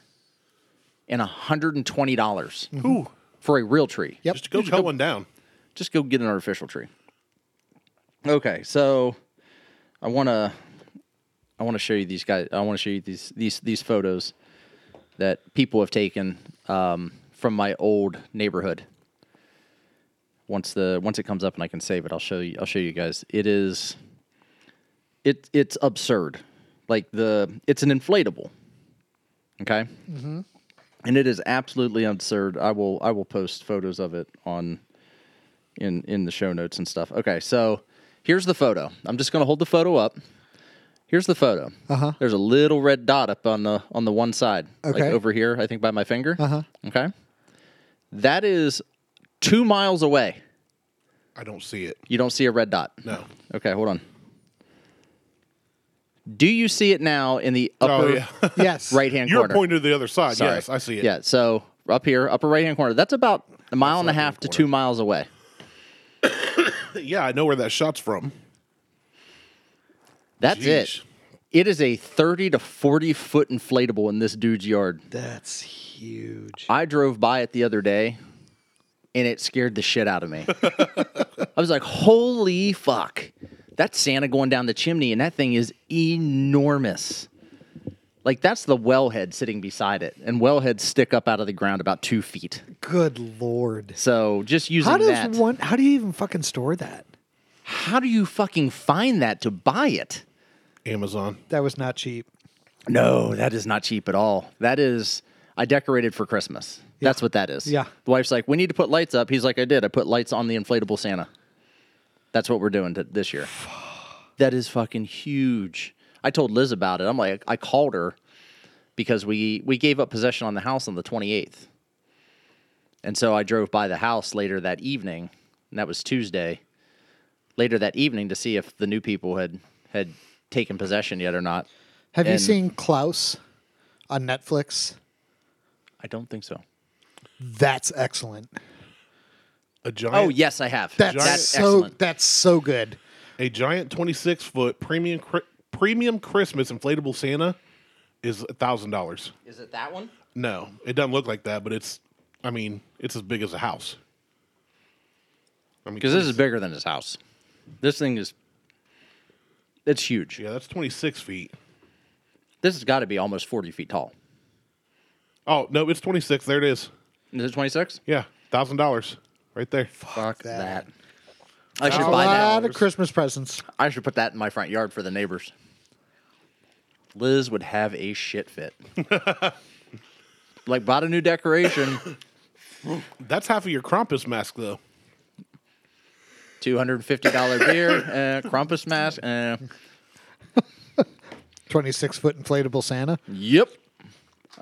and $120
Ooh.
for a real tree
Yep.
Just go cut one down.
just go get an artificial tree. Okay, so I want to I want to show you these guys. I want to show you these these these photos that people have taken um, from my old neighborhood. Once the once it comes up and I can save it, I'll show you. I'll show you guys. It is it it's absurd. Like the it's an inflatable. Okay. Mm-hmm. And it is absolutely absurd. I will I will post photos of it on in in the show notes and stuff. Okay, so here's the photo. I'm just going to hold the photo up. Here's the photo.
Uh-huh.
There's a little red dot up on the on the one side, like
Okay.
over here. I think by my finger. Uh-huh. Okay, that is two miles away.
I don't see it.
You don't see a red dot.
No.
Okay, hold on. Do you see it now in the upper
Oh, yeah.
Yes.
right hand
You're
corner?
pointing to the other side.
Sorry.
Yes, I see it.
Yeah, so up here, upper right hand corner. That's about a mile and a half to two miles away.
Yeah, I know where that shot's from.
That's
Jeez.
it. It is a 30 to 40 foot inflatable in this dude's yard.
That's huge.
I drove by it the other day and it scared the shit out of me. I was like, holy fuck. That's Santa going down the chimney and that thing is enormous. Like, that's the wellhead sitting beside it. And wellheads stick up out of the ground about two feet.
Good lord.
So just using
How does
that.
one? How do you even fucking store that?
how do you fucking find that to buy it?
Amazon.
That was not cheap.
No, that is not cheap at all. That is, I decorated for Christmas. That's what that is.
Yeah.
The wife's like, we need to put lights up. He's like, I did. I put lights on the inflatable Santa. That's what we're doing t- this year. that is fucking huge. I told Liz about it. I'm like, I called her because we we gave up possession on the house on the 28th, and so I drove by the house later that evening, and that was Tuesday. Later that evening to see if the new people had had taken possession yet or not.
Have you
And-
seen Klaus on Netflix?
I don't think so.
That's excellent.
A giant
Oh yes, I have.
That's, so.
excellent.
That's so good.
a giant 26 foot premium cri- premium Christmas inflatable Santa is a thousand dollars.
Is it that one?
No, it doesn't look like that, but it's I mean it's as big as a house. I mean,
Because this is bigger than his house. This thing is. It's huge.
yeah, that's 26 feet.
This has got to be almost forty feet tall.
Oh no, it's 26. There it is.
Is it twenty six?
Yeah, thousand dollars right there.
Fuck
that.
I should
A
buy
lot
that.
of Christmas presents.
I should put that in my front yard for the neighbors. Liz would have a shit fit. like bought a new decoration.
That's half of your Krampus mask though.
two hundred and fifty dollar beer, uh, Krampus mask. Uh,
26 foot inflatable Santa.
yep,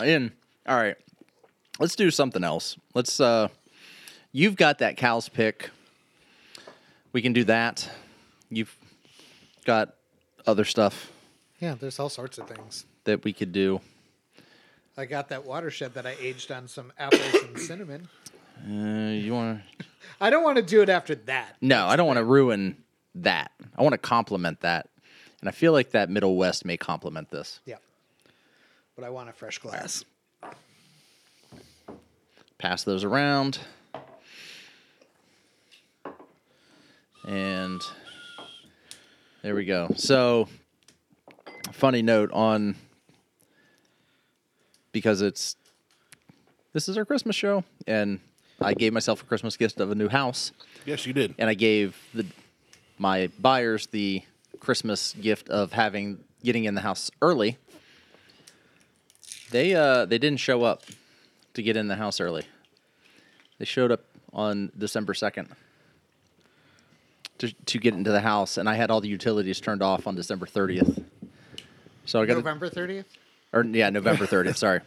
in. All right, let's do something else. Let's. Uh, you've got that cow's pick. We can do that. You've got other stuff
Yeah, there's all sorts of things.
that we could do.
I got that watershed that I aged on some apples and cinnamon.
Uh, you want to?
I don't want to do it after that.
No, I don't want to ruin that. I want to complement that, and I feel like that Middle West may complement this.
Yeah. But I want a fresh glass.
pass those around. And there we go. So, funny note on because it's this is our Christmas show, and I gave myself a Christmas gift of a new house,
Yes, you did.
and I gave the my buyers the Christmas gift of having getting in the house early. They uh they didn't show up to get in the house early. They showed up on December second to to get into the house, and I had all the utilities turned off on December thirtieth. So I got the-
November 30th?
or yeah, November 30th. sorry,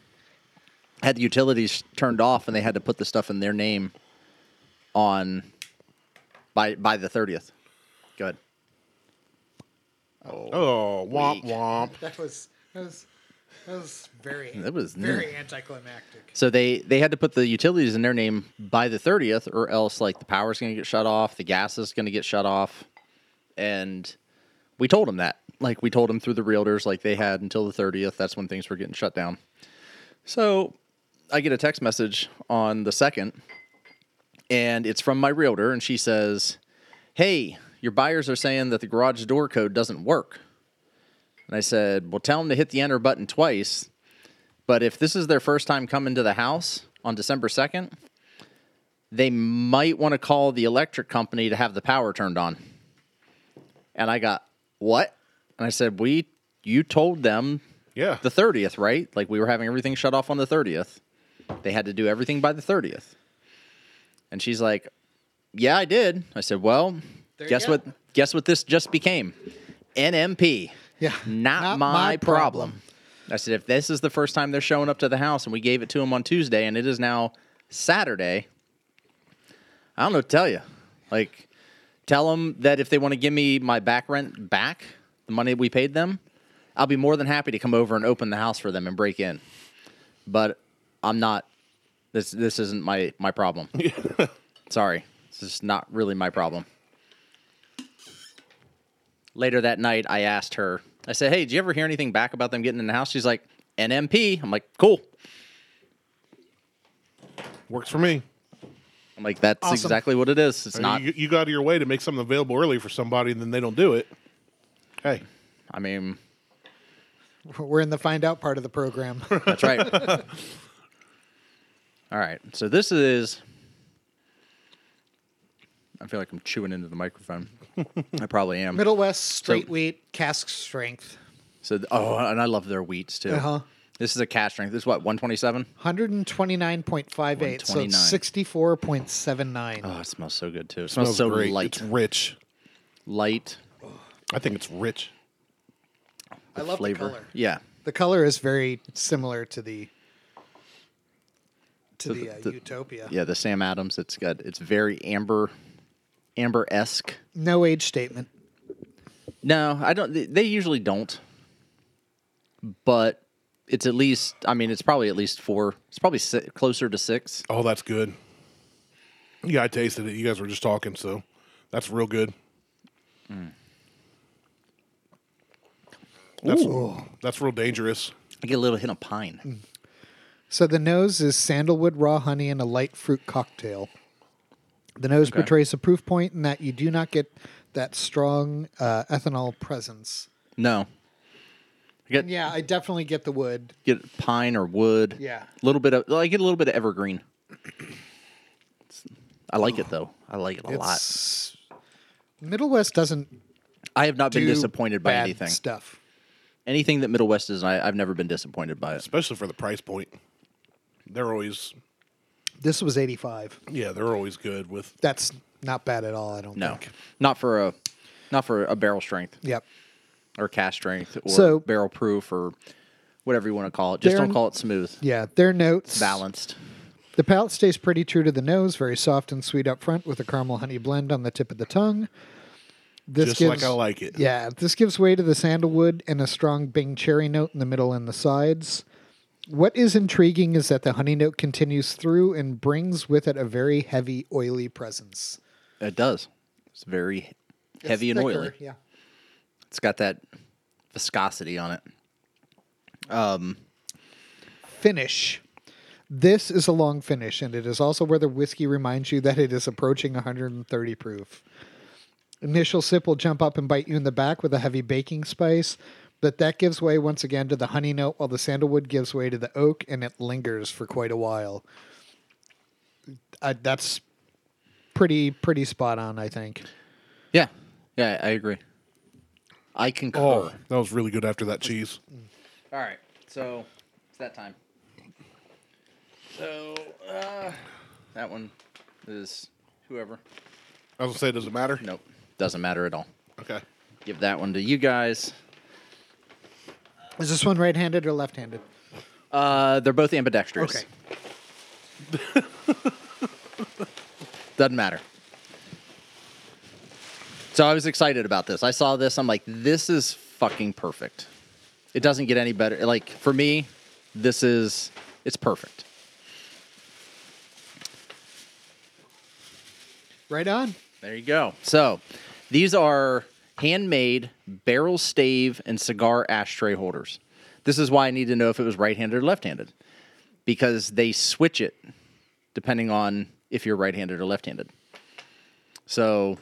had the utilities turned off, and they had to put the stuff in their name on by by the 30th. Go ahead.
Oh, womp
Weak.
womp.
That was that was that was very
That was
very
new.
anticlimactic.
So they they had to put the utilities in their name by the 30th, or else like the power's going to get shut off, the gas is going to get shut off, and we told them that. Like we told them through the realtors, like they had until the 30th. That's when things were getting shut down. So I get a text message on the second, and it's from my realtor, and she says, "Hey, your buyers are saying that the garage door code doesn't work." And I said, "Well, tell them to hit the enter button twice." But if this is their first time coming to the house on December 2nd, they might want to call the electric company to have the power turned on. And I got, what? And I said, we, you told them
Yeah.
the 30th, right? Like we were having everything shut off on the 30th. They had to do everything by the 30th. And she's like, yeah, I did. I said, well,
There you
guess
go.
what? Guess what this just became? NMP
Yeah.
not, my, problem. I said, if this is the first time they're showing up to the house and we gave it to them on Tuesday and it is now Saturday, I don't know what to tell you. Like, tell them that if they want to give me my back rent back, the money we paid them, I'll be more than happy to come over and open the house for them and break in. But I'm not. This this isn't my my problem. Sorry, this is not really my problem. Later that night, I asked her. I said, "Hey, did you ever hear anything back about them getting in the house?" She's like, "NMP." I'm like, "Cool."
Works for me.
I'm like, "That's
Awesome.
exactly what it is. It's
I mean,
not.
you, you go out of your way to make something available early for somebody, and then they don't do it. Hey,
I mean,
We're in the find out part of the program.
that's right." All right. So this is. I feel like I'm chewing into the microphone. I probably am.
Middle West straight wheat cask strength.
So th- oh, and I love their wheats too.
Uh-huh.
This is a cash strength. This is what 127.
129.58 so
129.
64.79
Oh, it smells so good too. It smells, so
great.
light,
It's rich.
light
I think it's rich.
i love
flavor.
the color
Yeah,
the color is very similar to the to the, uh,
the-
utopia
yeah. The Sam Adams. It's got. It's very amber, amber esque.
no age statement
No, I don't. They, they usually don't. But it's at least. I mean, it's probably at least four. It's probably si- closer to six.
Oh, that's good. Yeah, I tasted it. You guys were just talking, so that's real good.
Hmm.
That's, that's real dangerous.
I get a little hint of
Mm.
pine.
so the nose is sandalwood raw honey and a light fruit cocktail the nose portrays a proof point in that you do not get that strong uh, ethanol presence
No. I get
yeah i definitely get the wood
get pine or wood.
Yeah.
A little bit of. I get a little bit of evergreen. It's- I like it though. I like it a lot.
it's middle west doesn't
I have not been
do
disappointed by
bad
anything.
stuff
Anything that Middle West is, I, I've never been disappointed by it.
especially for the price point. They're always
this was 85
yeah, they're always good with
that's Not bad at all, I don't
No,
think.
not for a not for a barrel strength
Yep.
or cast strength or
So-
barrel proof or whatever you want to call it. Just
Darren-
don't call it smooth.
Yeah, their notes.
Balanced.
The palate stays pretty true to the nose, very soft and sweet up front with a caramel honey blend on the tip of the tongue. This
Just
gives,
like I like it.
Yeah, this gives way to the sandalwood and a strong Bing cherry note in the middle and the sides. What is intriguing is that the honey note continues through and brings with it a very heavy, oily presence.
It does. It's very heavy
It's
and
thicker,
oily.
Yeah.
It's got that viscosity on it.
Finish. This is a long finish, and it is also where the whiskey reminds you that it is approaching 130 proof. Initial sip will jump up and bite you in the back with a heavy baking spice, but that gives way once again to the honey note, while the sandalwood gives way to the oak, and it lingers for quite a while. Uh, that's pretty pretty spot on, I think.
Yeah. Yeah, I agree. I concur.
Oh, that was really good after that cheese.
All right. So it's that time. So uh, that one is whoever.
I was gonna say, does it matter?
Nope. Doesn't matter at all.
Okay.
Give that one to you guys.
Is this one right-handed or left-handed?
Uh, they're both ambidextrous.
Okay.
Doesn't matter. So I was excited about this. I saw this. I'm like, this is fucking perfect. It doesn't get any better. Like for me, this is it's perfect.
Right on.
There you go. So these are handmade barrel stave and cigar ashtray holders. This is why I need to know if it was right handed or left handed because they switch it depending on if you're right handed or left handed. So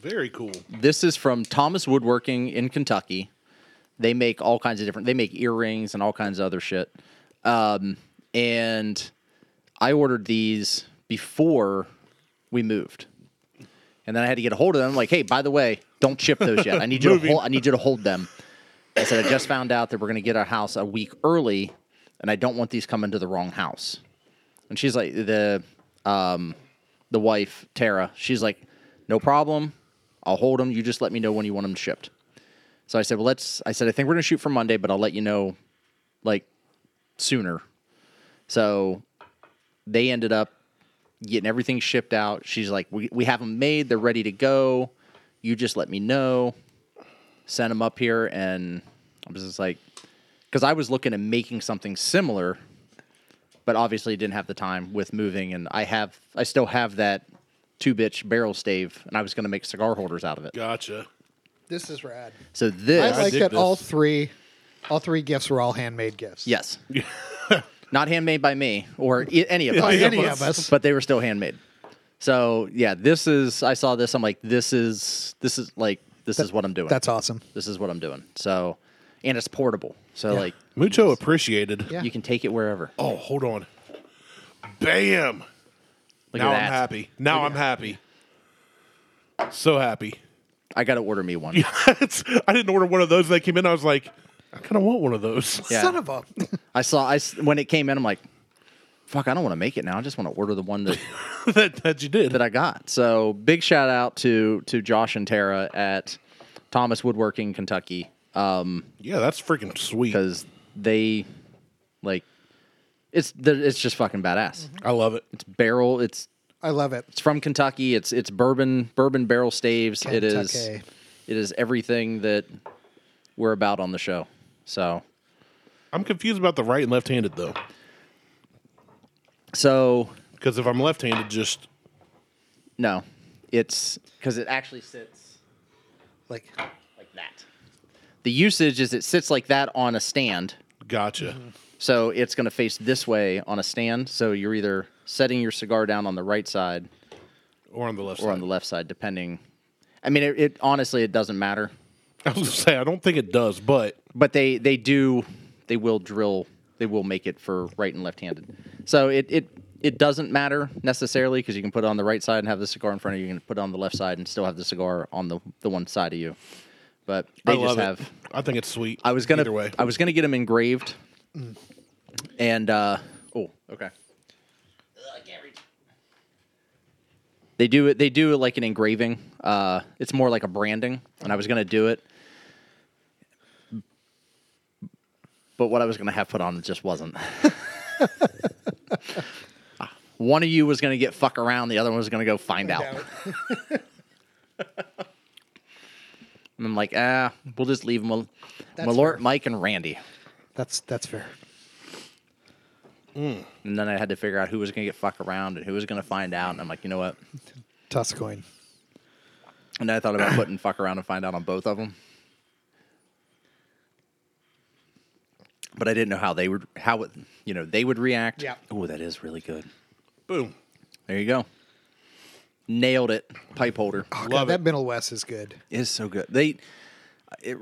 Very cool.
this is from Thomas Woodworking in Kentucky. They make all kinds of different. They make earrings and all kinds of other shit. Um, and I ordered these before we moved, and then I had to get a hold of them. like, hey, by the way, don't ship those yet. I need you to
Moving.
hold. I need you to hold them. I said I just found out that we're going to get our house a week early, and I don't want these coming to the wrong house. And she's like the um, the wife Tara. She's like, no problem. I'll hold them. You just let me know when you want them shipped. So I said, well, let's. I said I think we're going to shoot for Monday, but I'll let you know like sooner. So they ended up getting everything shipped out. She's like, we, we have them made. They're ready to go. You just let me know. Send them up here. And I was just like, because I was looking at making something similar, but obviously didn't have the time with moving. And I have, I still have that two bitch barrel stave, and I was going to make cigar holders out of it.
Gotcha.
This is rad.
So this,
I like
dig
that
this.
all three, all three gifts were all handmade gifts.
yes, not handmade by me or i- any of us.
Yeah,
any of us.
but they were still handmade. So yeah, this is I saw this. I'm like, this is this is like this is what I'm doing.
That's awesome.
this is what I'm doing. So and it's portable. So
Yeah.
like
Mucho appreciated.
Yeah.
you can take it wherever.
Oh, hold on. Bam.
Look
now
at
I'm
that.
happy. Now I'm happy. So happy.
I gotta order me one.
It's- I didn't order one of those. They came in. I was like, I kind of want one of those.
Yeah.
Son of a.
I saw I s- when it came in. I'm like, fuck, I don't want to make it now. I just want to order the one that
that, that you did.
that I got. So big shout out to to Josh and Tara at Thomas Woodworking, Kentucky.
yeah, that's freaking sweet.
because they like it's they're- it's just fucking badass.
I love it.
It's barrel. It's
I love it.
it's from Kentucky. It's it's bourbon bourbon barrel staves. It is
Kentucky.
it is everything that we're about on the show. So
I'm confused about the right and left handed though.
so
Because if I'm left handed, just
no, it's because it actually sits
Like,
like that. The usage is it sits like that on a stand.
gotcha.
So it's going to face this way on a stand. So you're either setting your cigar down on the right side
Or on the left
or
side.
on the left side, depending. I mean, it, it honestly it doesn't matter,
I was going to say, I don't think it does, but
but they they do they will drill they will make it for right and left handed. So it it it doesn't matter necessarily because you can put it on the right side and have the cigar in front of you. You can put it on the left side and still have the cigar on the the one side of you. But they
I
just
love
have.
it. I think it's sweet.
I was gonna
Either way.
I was gonna get them engraved, and uh, oh okay. Ugh, I can't reach. They do it. They do like an engraving. Uh, it's more like a branding, and I was gonna do it, but what I was gonna have put on just wasn't. one of you was gonna get fuck around, the other one was gonna go find out. And I'm like, ah, we'll just leave Mal- Malort, Mike, and Randy.
That's that's fair.
And then I had to figure out who was gonna get fuck around and who was gonna find out. And I'm like, you know what?
Toss a coin.
And then I thought about putting fuck around and find out on both of them. But I didn't know how they would how it, you know they would react.
Yeah.
Oh, that is really good.
Boom.
There you go. Nailed it. Pipe holder
Love it.
that Middle West is good.
It is so good. They, it,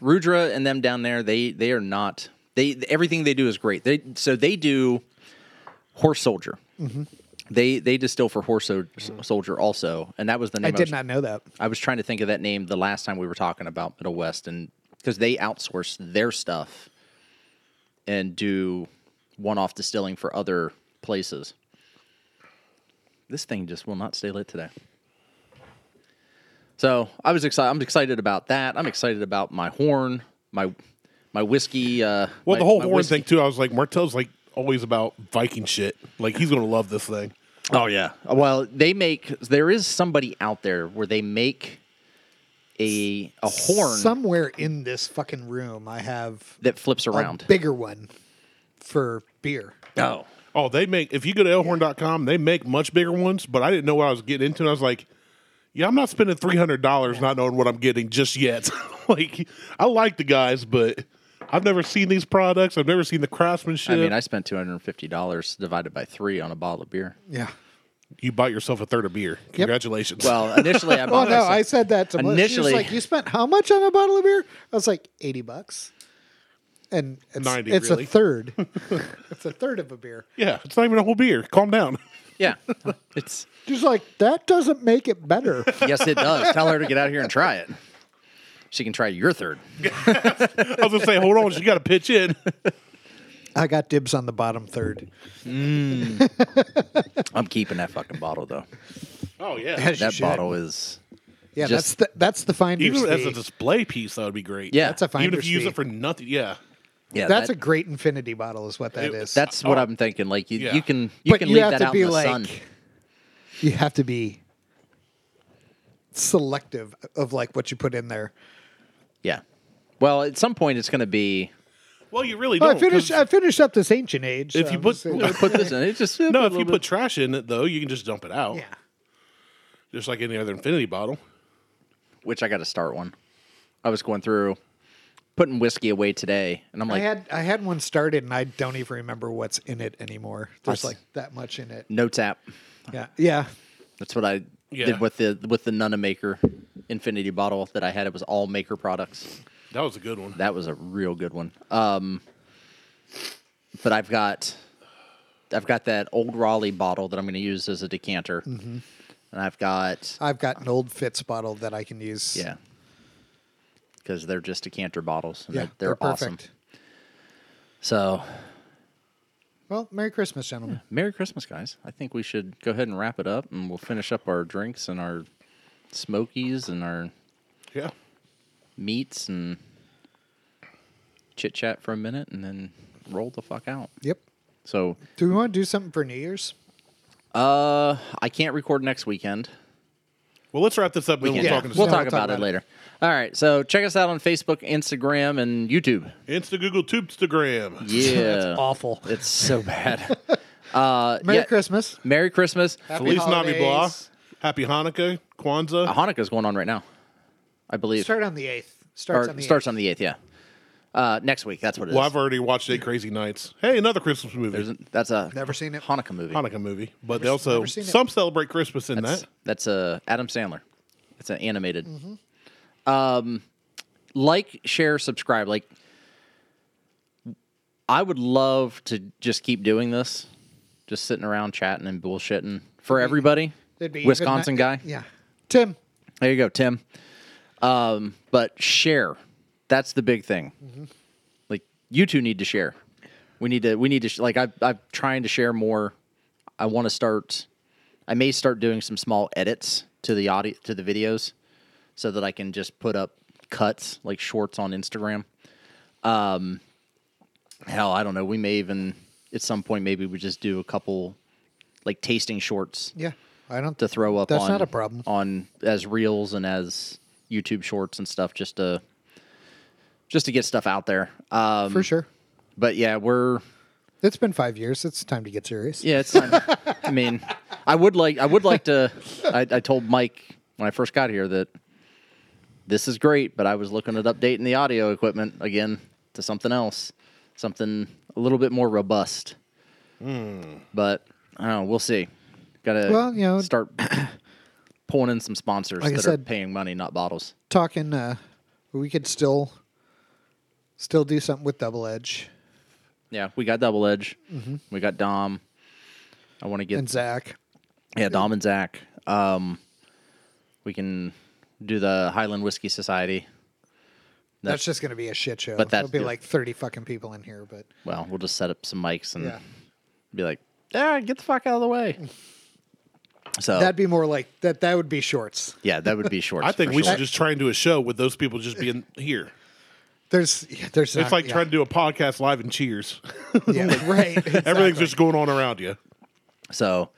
Rudra and them down there, they they are not. They everything they do is great. They so they do horse soldier.
Mm-hmm.
They they distill for horse so, soldier also, and that was the name
I did
was-
not know that.
I was trying to think of that name the last time we were talking about Middle West, and because they outsource their stuff and do one-off distilling for other places. This thing just will not stay lit today. So I was excited. I'm excited about that. I'm excited about my horn, my my whiskey. Uh,
Well,
my-
the whole
my
horn
whiskey-
thing too. I was like, Martel's like always about Viking shit. Like he's gonna love this thing.
Oh yeah. Well, they make. There is somebody out there where they make a a horn
Somewhere in this fucking room, I have
that flips around.
a bigger one for beer.
oh.
Oh, they make if you go to elhorn.com, they make much bigger ones, but I didn't know what I was getting into. And I was like, Yeah, I'm not spending three hundred dollars not knowing what I'm getting just yet. like I like the guys, but I've never seen these products. I've never seen the craftsmanship.
I mean, I spent two hundred and fifty dollars divided by three on a bottle of beer.
Yeah.
you bought yourself a third of beer. Congratulations.
Well, initially I
Oh
bought.
no, I said that to Melissa. She was
Initially-
like, "You spent how much on a bottle of beer?" I was like, 80 bucks." And it's,
90,
it's
really.
a third. it's a third of a beer.
yeah, it's not even a whole beer. Calm down.
yeah, it's
She's like, "That doesn't make it better."
yes, it does. Tell her to get out here and try it. She can try your third.
I was gonna say, hold on, she gotta pitch in.
I got dibs on the bottom third.
I'm keeping that fucking bottle though.
Oh yeah.
That
Shit.
bottle is
Yeah,
just-
that's the that's the finder's
Even as a
fee.
display piece, that would be great.
yeah.
That's a
Even
finder's
if you use
fee.
it for nothing, yeah.
yeah.
that's
that-
a Oh. great infinity bottle, is what that
It-
is.
that's what I'm thinking. Like you,
Yeah.
you can you can leave that out in the sun.
you have to be selective of like what you put in there.
Yeah. Well, at some point it's going to be
Well, you really
Well,
don't.
I finished
'cause
I finished up this ancient age.
If
so
you
I'm
put-
just saying-
put this in. It just
no, if you put trash in it though, you can just dump it out.
yeah,
just like any other infinity bottle.
which I got to start one. I was going through putting whiskey away today, and I'm
I
like,
had I had one started and I don't even remember what's in it anymore. There's
I s-
like that much in it.
no tap.
Yeah, yeah.
That's what I
Yeah.
did with the with the Nuna Maker Infinity bottle that I had. It was all Maker products.
That was a good one.
That was a real good one. Um, but I've got I've got that old Raleigh bottle that I'm going to use as a decanter, and I've got
I've got an old Fitz bottle that I can use.
yeah, because they're just decanter bottles. And
yeah,
they're, they're awesome. So,
Well, Merry Christmas, gentlemen.
Merry Christmas, guys! I think we should go ahead and wrap it up, and we'll finish up our drinks and our smokies and our
Yeah.
meets and chit chat for a minute and then roll the fuck out.
Yep.
So
Do we want to do something for New Year's?
uh I can't record next weekend.
Well, let's wrap this up. We
We'll,
we're
Yeah.
talking to
we'll
Yeah,
talk about, it,
it.
later. All right. So check us out on Facebook, Instagram, and YouTube.
Insta Google Tubestagram.
Yeah.
That's awful.
It's so bad. uh
Merry
yeah.
Christmas.
Merry Christmas.
Happy
Feliz Navi
holidays.
Blah. Happy Hanukkah, Kwanzaa.
Hanukkah's going on right now. I believe.
Start on the eighth. Starts
Or
on the
starts
8th.
on the eighth, yeah. Uh, next week, that's what it is.
Well, I've already watched Eight Crazy Nights. Hey, another Christmas movie.
There's a- that's a
Never seen it.
Hanukkah movie.
Hanukkah movie, but they also
never seen it.
some celebrate Christmas in
That's
that.
that's uh, Adam Sandler. It's an animated.
Mm-hmm.
Um, like, share, subscribe. Like, I would love to just keep doing this, just sitting around chatting and bullshitting for everybody.
That'd be even
Wisconsin
ni-
guy.
Yeah. Tim.
There you go, Tim. Um, but share. That's the big thing. Like you two need to share. We need to. We need to. Sh- like I, I'm trying to share more. I want to start. I may start doing some small edits to the audio to the videos, so that I can just put up cuts like shorts on Instagram. Um, hell, I don't know. We may even at some point maybe we just do a couple like tasting shorts
Yeah, I don't.
to throw up.
That's
on,
not a problem.
on as reels and as YouTube shorts and stuff, just to just to get stuff out there. Um,
for sure.
But yeah, we're
It's been five years. It's time to get serious.
yeah, it's. Time. I mean, I would like. I would like to. I, I told Mike when I first got here that this is great, but I was looking at updating the audio equipment again to something else, something a little bit more robust. But I don't know. We'll see. Got to
Well, you know-
start pulling in some sponsors
Like I
that are
said-
paying money, not bottles.
Talking, uh, we could still, still do something with double edge
Yeah, we got Double Edge. We got Dom. I want to get
Mm-hmm. and Zach.
Yeah, Dom and Zach. Um, we can do the Highland Whiskey Society.
That's, just going to be a shit show.
But that's-
There'll be
yeah.
like thirty fucking people in here. But
Well, we'll just set up some mics and
Yeah.
be like, "Ah, get the fuck out of the way." So
that'd be more like that. That would be shorts.
yeah, that would be short.
I think we should just try and do a show with those people just being here.
There's, yeah, there's.
It's like trying to do a podcast live and cheers.
yeah, right.
Everything's just going on around you.
so.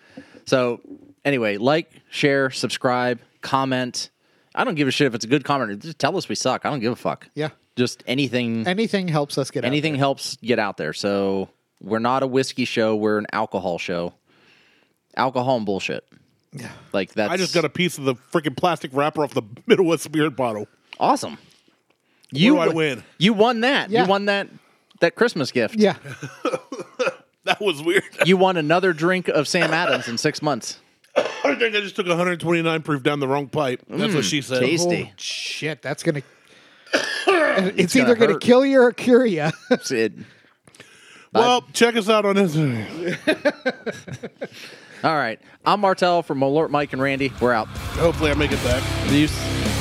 So anyway, like, share, subscribe, comment. I don't give a shit if it's a good comment. Just tell us we suck. I don't give a fuck.
Yeah.
Just anything.
Anything helps us get out
anything
there.
helps get out there. So we're not a whiskey show. We're an alcohol show. Alcohol and bullshit. Yeah. Like that's
I just got a piece of the freaking plastic wrapper off the middle of a spirit bottle.
awesome. You
do I
w-
win?
You won that.
Yeah.
You won that that Christmas gift.
Yeah,
That was weird.
You won another drink of Sam Adams in six months.
I think I just took 129 proof down the wrong pipe. That's what she said.
Tasty.
Oh, shit, that's gonna. it's either
gonna
gonna
hurt.
kill you or cure you.
It-
Well, check us out on Instagram.
all right. I'm Martel from Malort Mike and Randy. We're out.
Hopefully, I make it back.
Peace.